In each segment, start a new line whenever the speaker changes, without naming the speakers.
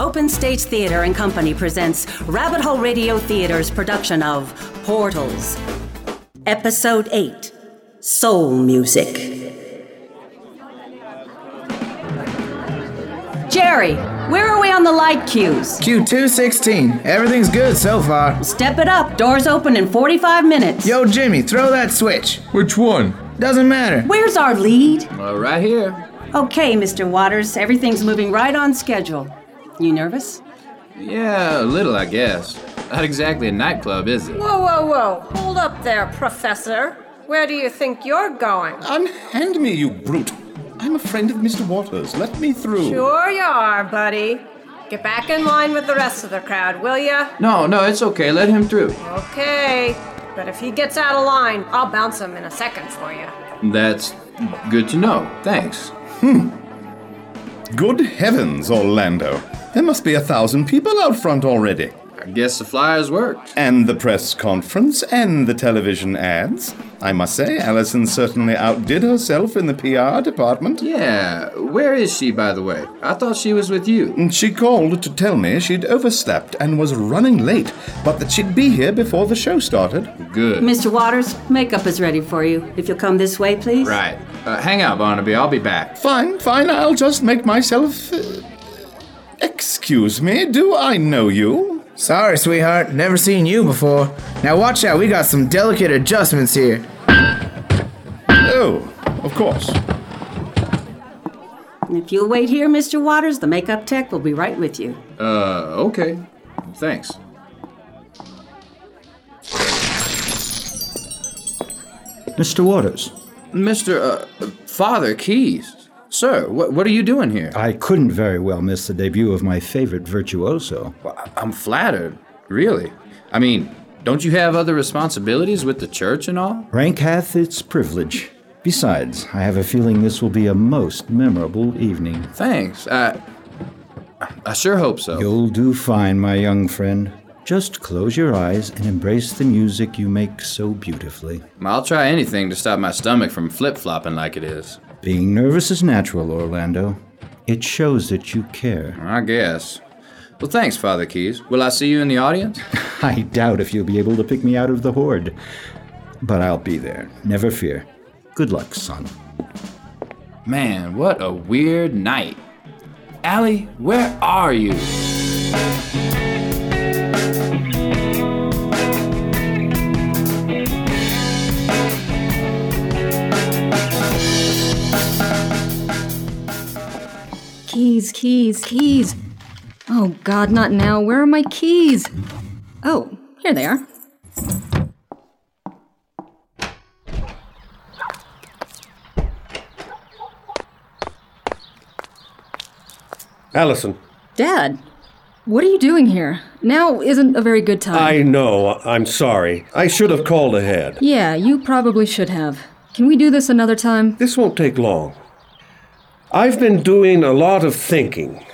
Open Stage Theatre and Company presents Rabbit Hole Radio Theatre's production of Portals, Episode 8 Soul Music. Jerry, where are we on the light cues?
Q216. Everything's good so far.
Step it up, doors open in 45 minutes.
Yo, Jimmy, throw that switch.
Which one?
Doesn't matter.
Where's our lead?
Well, right here.
Okay, Mr. Waters, everything's moving right on schedule. You nervous?
Yeah, a little, I guess. Not exactly a nightclub, is it?
Whoa, whoa, whoa. Hold up there, Professor. Where do you think you're going?
Unhand me, you brute. I'm a friend of Mr. Waters. Let me through.
Sure you are, buddy. Get back in line with the rest of the crowd, will ya?
No, no, it's okay. Let him through.
Okay. But if he gets out of line, I'll bounce him in a second for you.
That's good to know. Thanks.
Good heavens, Orlando. There must be a thousand people out front already.
I guess the flyers worked.
And the press conference and the television ads. I must say, Allison certainly outdid herself in the PR department.
Yeah, where is she, by the way? I thought she was with you.
And She called to tell me she'd overslept and was running late, but that she'd be here before the show started.
Good.
Mr. Waters, makeup is ready for you. If you'll come this way, please.
Right. Uh, hang out, Barnaby. I'll be back.
Fine, fine, I'll just make myself. uh, excuse me, do I know you?
Sorry, sweetheart. Never seen you before. Now watch out. We got some delicate adjustments here.
Oh, of course.
If you'll wait here, Mr. Waters, the makeup tech will be right with you.
Uh, okay. Thanks.
Mr. Waters,
Mr. Uh, Father Keys. Sir, wh- what are you doing here?
I couldn't very well miss the debut of my favorite virtuoso.
I- Uh, I'm flattered. Really. I mean, don't you have other responsibilities with the church and all?
Rank hath its privilege. Besides, I have a feeling this will be a most memorable evening.
Thanks. I I sure hope so.
You'll do fine, my young friend. Just close your eyes and embrace the music you make so beautifully.
I'll try anything to stop my stomach from flip flopping like it is.
Being nervous is natural, Orlando. It shows that you care.
I guess. Well, thanks, Father Keys. Will I see you in the audience?
I doubt if you'll be able to pick me out of the horde. But I'll be there. Never fear. Good luck, son.
Man, what a weird night. Allie, where are you?
Keys, keys, keys. Oh god, not now. Where are my keys? Oh, here they are.
Allison,
Dad, what are you doing here? Now isn't a very good time.
I know. I'm sorry. I should have called ahead.
Yeah, you probably should have. Can we do this another time?
This won't take long. I've been doing a lot of thinking,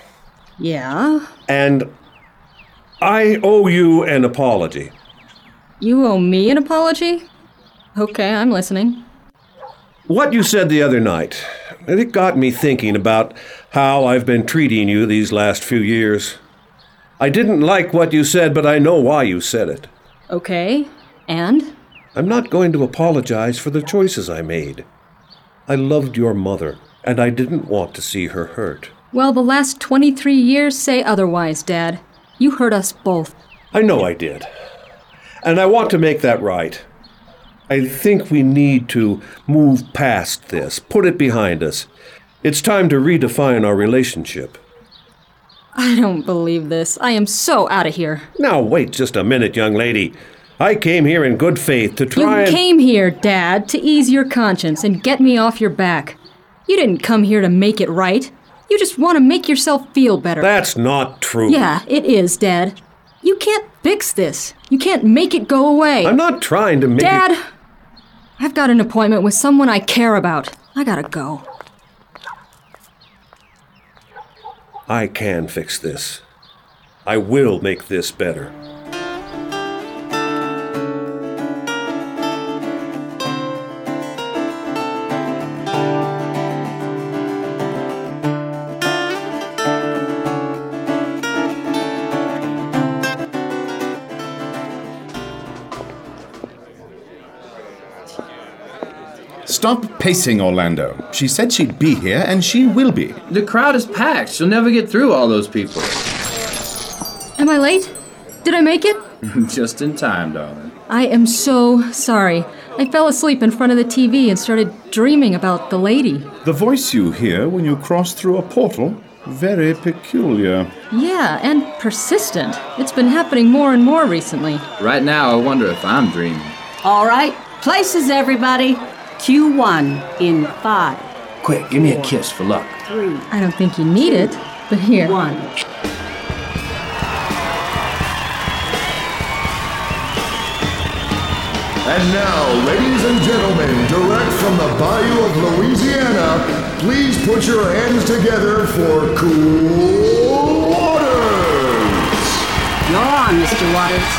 Yeah.
and I owe you an apology.
You owe me an apology? Okay, I'm listening.
What you said the other night, it got me thinking about how I've been treating you these last few years. I didn't like what you said, but I know why you said it.
Okay. And?
I'm not going to apologize for the choices I made. I loved your mother, and I didn't want to see her hurt.
Well, the last 23 years say otherwise, Dad. You hurt us both.
I know I did. And I want to make that right. I think we need to move past this, put it behind us. It's time to redefine our relationship.
I don't believe this. I am so out of here.
Now, wait just a minute, young lady. I came here in good faith to
You
try and.
came here, Dad, to ease your conscience and get me off your back. You didn't come here to make it right. You just want to make yourself feel better.
That's not true.
yeah, it is, Dad. You can't fix this. You can't make it go away.
I'm not trying to make. it-
Dad! I've got an appointment with someone I care about. I gotta go.
I can fix this. I will make this better.
Stop pacing, Orlando. She said she'd be here, and she will be.
The crowd is packed. She'll never get through all those people.
Am I late? Did I make it?
Just in time, darling.
I am so sorry. I fell asleep in front of the TV and started dreaming about the lady.
The voice you hear when you cross through a portal, very peculiar.
Yeah, and persistent. It's been happening more and more recently.
Right now, I wonder if I'm dreaming.
All right, places, everybody. Q1 in five,
Quick, give me a kiss for luck.
three,
I don't think you need it, but here.
one.
And now, ladies and gentlemen, direct from the bayou of Louisiana, please put your hands together for Cool Waters.
You're on, Mr. Waters.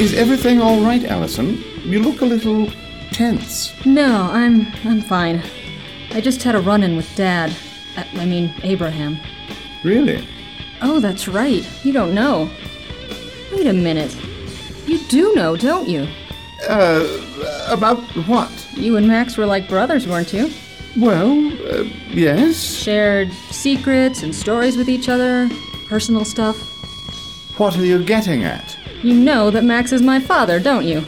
Is everything all right, Allison? You look a little tense.
No, I'm I'm fine. I just had a run-in with Dad. I, I mean Abraham.
Really?
Oh, that's right. You don't know. Wait a minute. You do know, don't you?
About what?
You and Max were like brothers, weren't you?
Well, uh, yes.
Shared secrets and stories with each other, personal stuff.
What are you getting at?
You know that Max is my father, don't you?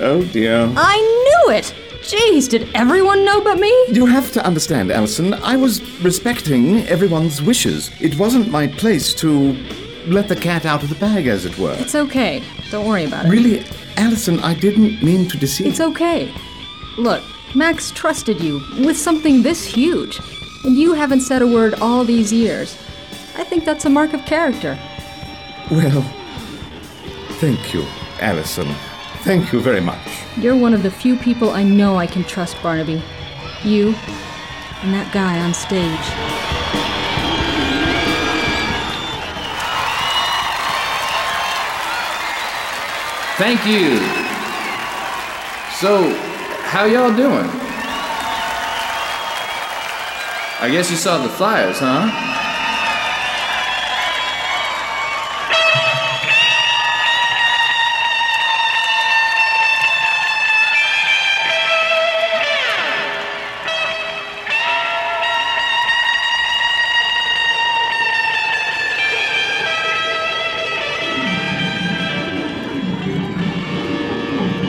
Oh dear.
I knew it! Jeez, did everyone know but me?
You have to understand, Allison, I was respecting everyone's wishes. It wasn't my place to let the cat out of the bag, as it were.
It's okay. Don't worry about it.
Really, Allison, I didn't mean to deceive.
It's okay. Look, Max trusted you with something this huge, and you haven't said a word all these years. I think that's a mark of character.
Well, thank you, Allison. Thank you very much.
You're one of the few people I know I can trust, Barnaby. You and that guy on stage.
Thank you. So, how y'all doing? I guess you saw the flyers, huh?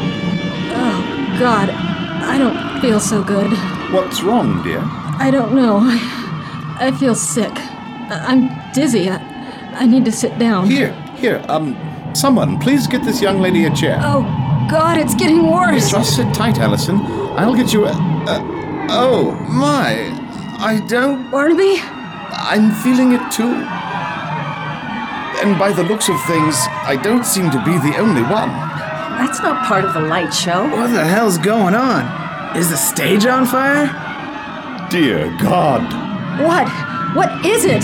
Oh, God, I don't feel so good.
What's wrong, dear?
I don't know. I, I feel sick. I- I'm dizzy. I, I need to sit down.
Here, here, um, someone, please get this young lady a chair.
Oh, God, it's getting worse.
Just sit tight, Allison. I'll get you a. a oh, my. I don't.
Barnaby?
I'm feeling it too. And by the looks of things, I don't seem to be the only one.
That's not part of the light show.
What the hell's going on? Is the stage on fire?
Dear God.
What? What is it?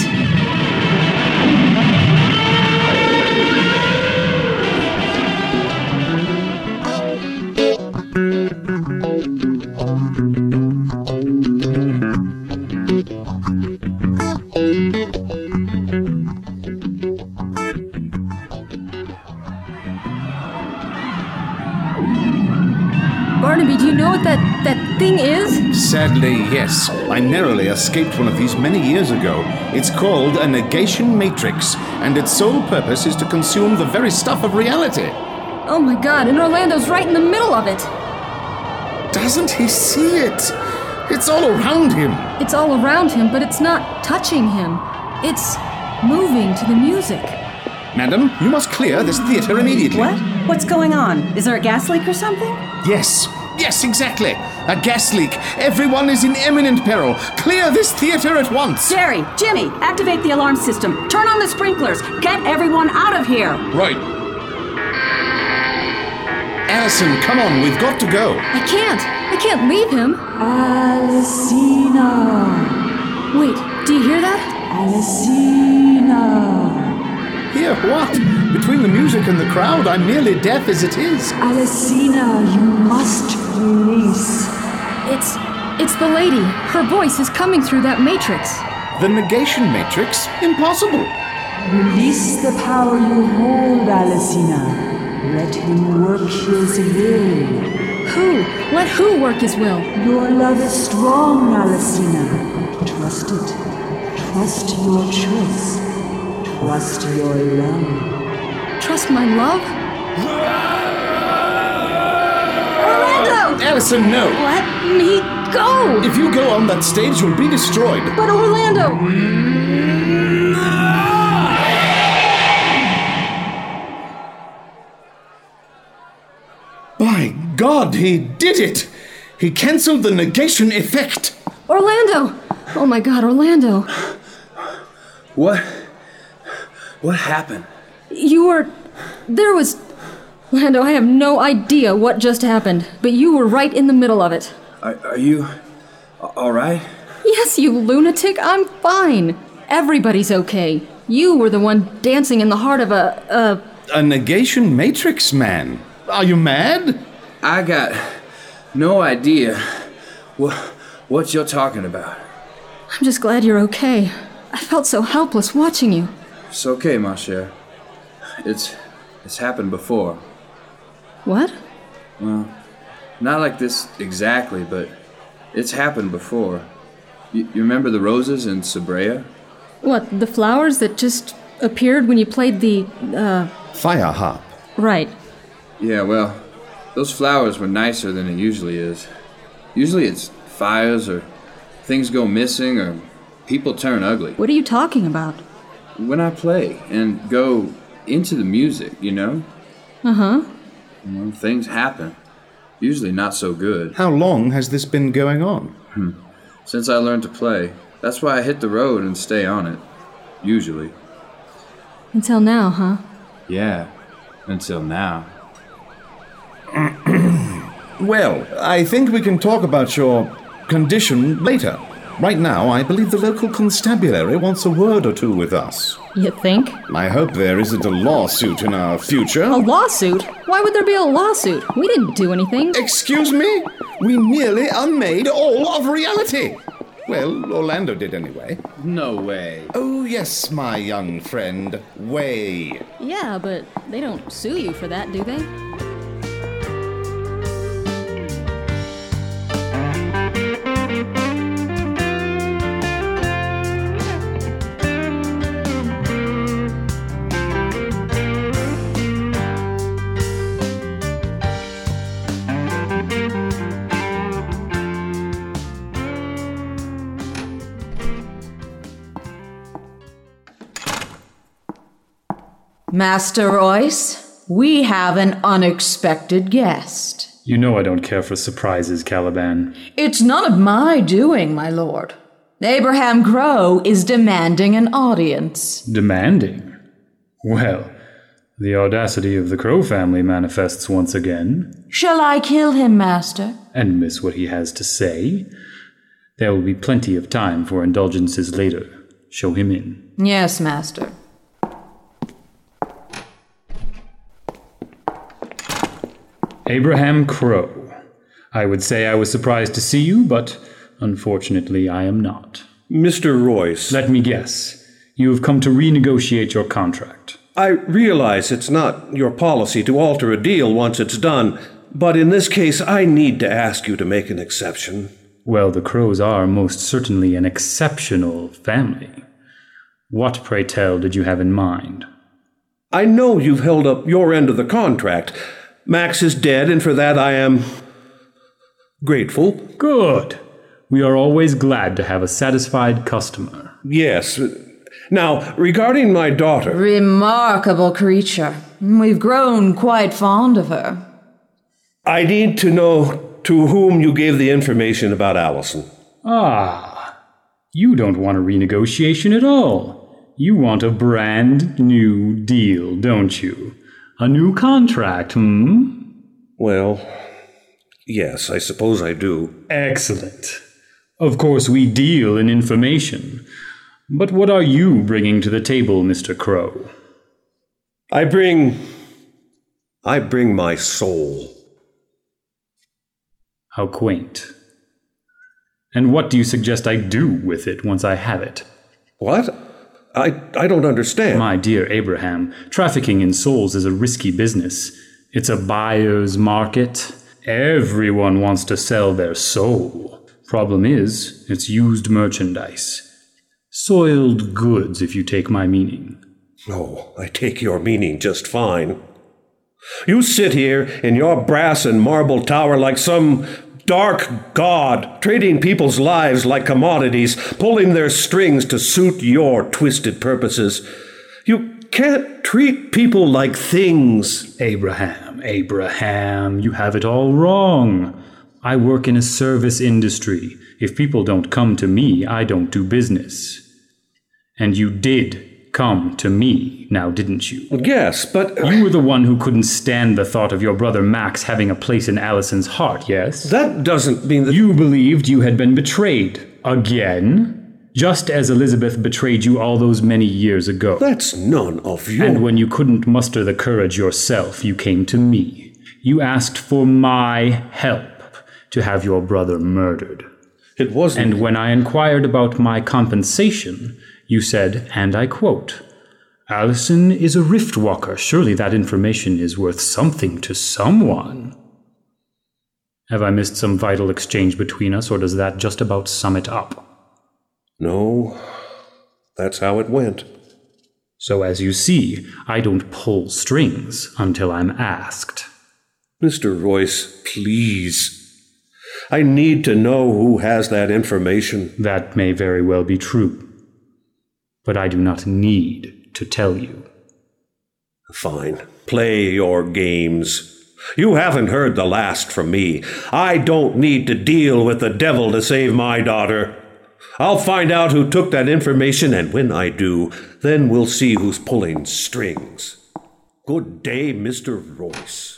Barnaby, do you know what that, that thing is?
Sadly, yes. I narrowly escaped one of these many years ago. It's called a negation matrix, and its sole purpose is to consume the very stuff of reality.
Oh my god, and Orlando's right in the middle of it.
Doesn't he see it? It's all around him.
It's all around him, but it's not touching him. It's moving to the music.
Madam, you must clear this theater immediately.
What? What's going on? Is there a gas leak or something?
Yes. Yes, exactly. A gas leak. Everyone is in imminent peril. Clear this theater at once.
Jerry, Jimmy, activate the alarm system. Turn on the sprinklers. Get everyone out of here.
Right. Allison, come on. We've got to go.
I can't. I can't leave him. Alcina. Wait, do you hear that?
Here, what? Between the music and the crowd, I'm merely deaf as it is.
It's it's the lady. Her voice is coming through that matrix.
The negation matrix? Impossible.
Release the power you hold, Alicina. Let him work his will.
Who? Let who work his will?
Your love is strong, Alicina. Trust it. Trust your choice. Trust your love.
Trust my love? Orlando!
Allison, no.
Let me go!
If you go on that stage, you'll be destroyed.
But Orlando!
By God, he did it! He cancelled the negation effect!
Orlando! Oh my god, Orlando.
What? What happened?
You were. There was. Orlando, I have no idea what just happened, but you were right in the middle of it.
Are, are you a- all right?
Yes, you lunatic, I'm fine. Everybody's okay. You were the one dancing in the heart of a. a
A negation matrix, man. Are you mad?
I got no idea what what you're talking about.
I'm just glad you're okay. I felt so helpless watching you.
It's okay, my cher. It's it's happened before.
What?
Not like this exactly, but it's happened before. You, you remember the roses in Sabrea?
What, the flowers that just appeared when you played the. uh.
Fire harp.
Right.
Yeah, well, those flowers were nicer than it usually is. Usually it's fires or things go missing or people turn ugly.
What are you talking about?
When I play and go into the music, you know?
Uh huh.
You know, things happen. Usually not so good.
How long has this been going on?
Since I learned to play, that's why I hit the road and stay on it. Usually.
Until now, huh?
Yeah, until now.
Well, I think we can talk about your condition later. Right now, I believe the local constabulary wants a word or two with us.
You think?
I hope there isn't a lawsuit in our
A
future.
lawsuit? Why would there be a lawsuit? We didn't do anything.
Excuse me? We merely unmade all of reality. Well, Orlando did anyway.
No way.
Oh, yes, my young friend. Way.
Yeah, but they don't sue you for that, do they?
Master Royce, we have an unexpected guest.
You know I don't care for surprises, Caliban.
It's none of my doing, my lord. Abraham Crow is demanding an audience.
Demanding? Well, The audacity of the Crow family manifests once again,
Shall I kill him, master?
and miss what he has to say. There will be plenty of time for indulgences later. Show him in.
Yes, master.
Abraham Crow. I would say I was surprised to see you, but unfortunately I am not.
Mr. Royce.
Let me guess. You have come to renegotiate your contract.
I realize it's not your policy to alter a deal once it's done, but in this case, I need to ask you to make an exception.
Well, the Crows are most certainly an exceptional family. What, pray tell, did you have in mind?
I know you've held up your end of the contract. Max is dead, and for that I am grateful.
Good. We are always glad to have a satisfied customer.
Yes. Now, regarding my daughter,
Remarkable creature. We've grown quite fond of her.
I need to know to whom you gave the information about Allison.
Ah, you don't want a renegotiation at all. You want a brand new deal, don't you? A new contract, hmm?
Well, yes, I suppose I do.
Excellent. Of course, we deal in information. But what are you bringing to the table, Mr. Crow?
I bring. I bring my soul.
How quaint. And what do you suggest I do with it once I have it?
What? I, I don't understand.
My dear Abraham, trafficking in souls is a risky business. It's a buyer's market. Everyone wants to sell their soul. Problem is, it's used merchandise. Soiled goods, if you take my meaning.
Oh, I take your meaning just fine. You sit here in your brass and marble tower like some dark god, trading people's lives like commodities, pulling their strings to suit your twisted purposes. You can't treat people like things.
Abraham, Abraham, you have it all wrong. I work in a service industry. If people don't come to me, I don't do business. And you did come to me, now didn't you?
Yes, but.
You were the one who couldn't stand the thought of your brother Max having a place in Allison's heart, yes?
That doesn't mean that.
You believed you had been betrayed. Again? Just as Elizabeth betrayed you all those many years ago.
That's none of your.
And when you couldn't muster the courage yourself, you came to me. You asked for my help to have your brother murdered.
It wasn't.
And when I inquired about my compensation, you said, and I quote, Allison is a rift walker. Surely that information is worth something to someone. Have I missed some vital exchange between us, or does that just about sum it up?
No, that's how it went.
So, as you see, I don't pull strings until I'm asked.
Mr. Royce, please. I need to know who has that information.
That may very well be true. But I do not need to tell you.
Fine. Play your games. You haven't heard the last from me. I don't need to deal with the devil to save my daughter. I'll find out who took that information, and when I do, then we'll see who's pulling strings. Good day, Mr. Royce.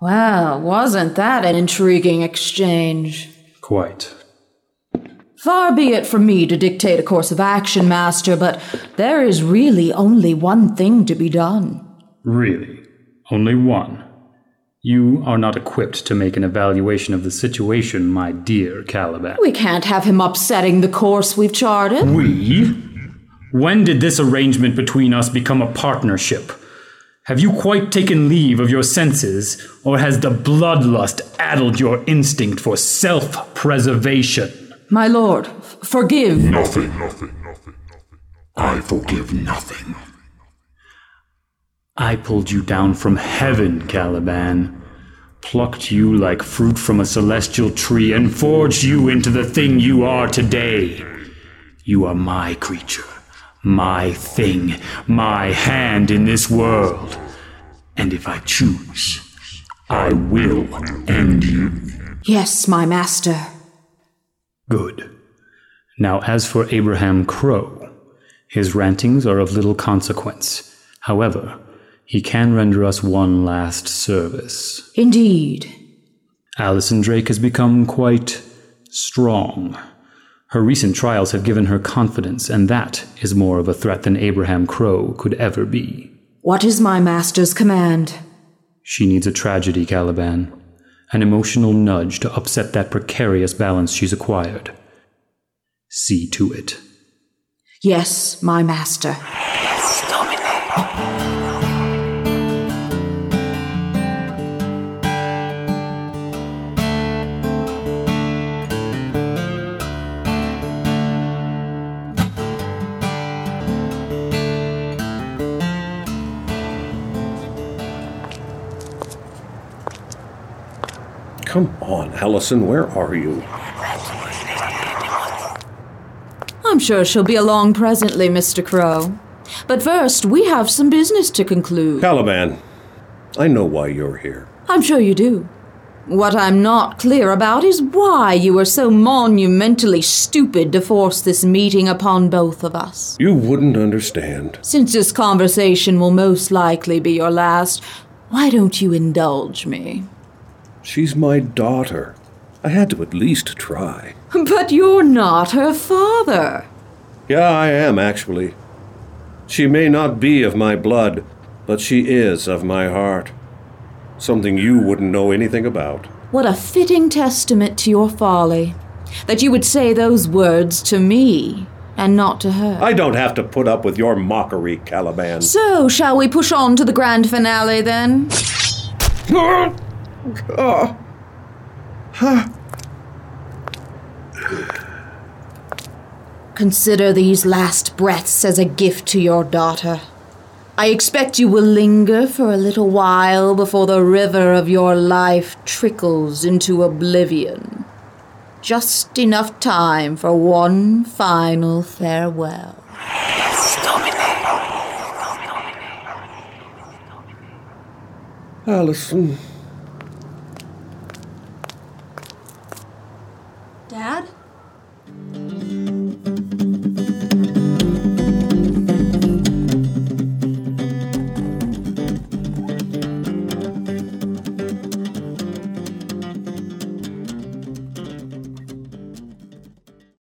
Well, wasn't that an intriguing exchange?
Quite.
Far be it from me to dictate a course of action, master, but there is really only one thing to be done.
Really? Only one? You are not equipped to make an evaluation of the situation, my dear Caliban.
We can't have him upsetting the course we've charted.
We? When did this arrangement between us become a partnership? Have you quite taken leave of your senses, or has the bloodlust addled your instinct for self preservation?
My lord, f- forgive.
Nothing, nothing, nothing, nothing. I forgive nothing.
I pulled you down from heaven, Caliban. Plucked you like fruit from a celestial tree and forged you into the thing you are today. You are my creature, my thing, my hand in this world. And if I choose, I will end you.
Yes, my master.
Good. Now, as for Abraham Crow, His rantings are of little consequence. However, he can render us one last service.
Indeed.
Alison Drake has become quite strong. Her recent trials have given her confidence, and that is more of a threat than Abraham Crow could ever be.
What is my master's command?
She needs a tragedy, Caliban. An emotional nudge to upset that precarious balance she's acquired. See to it.
Yes, my master.
Come on, Allison, where are you?
I'm sure she'll be along presently, Mr. Crow. But first, we have some business to conclude.
Caliban, I know why you're here.
I'm sure you do. What I'm not clear about is why you were so monumentally stupid to force this meeting upon both of us.
You wouldn't understand.
Since this conversation will most likely be your last, why don't you indulge me?
She's my daughter. I had to at least try.
But you're not her father.
Yeah, I am, actually. She may not be of my blood, but she is of my heart. Something you wouldn't know anything about.
What a fitting testament to your folly that you would say those words to me and not to her.
I don't have to put up with your mockery, Caliban.
So, shall we push on to the grand finale then?
Oh.
Huh. Consider these last breaths as a gift to your daughter. I expect you will linger for a little while before the river of your life trickles into oblivion. Just enough time for one final farewell.
Allison,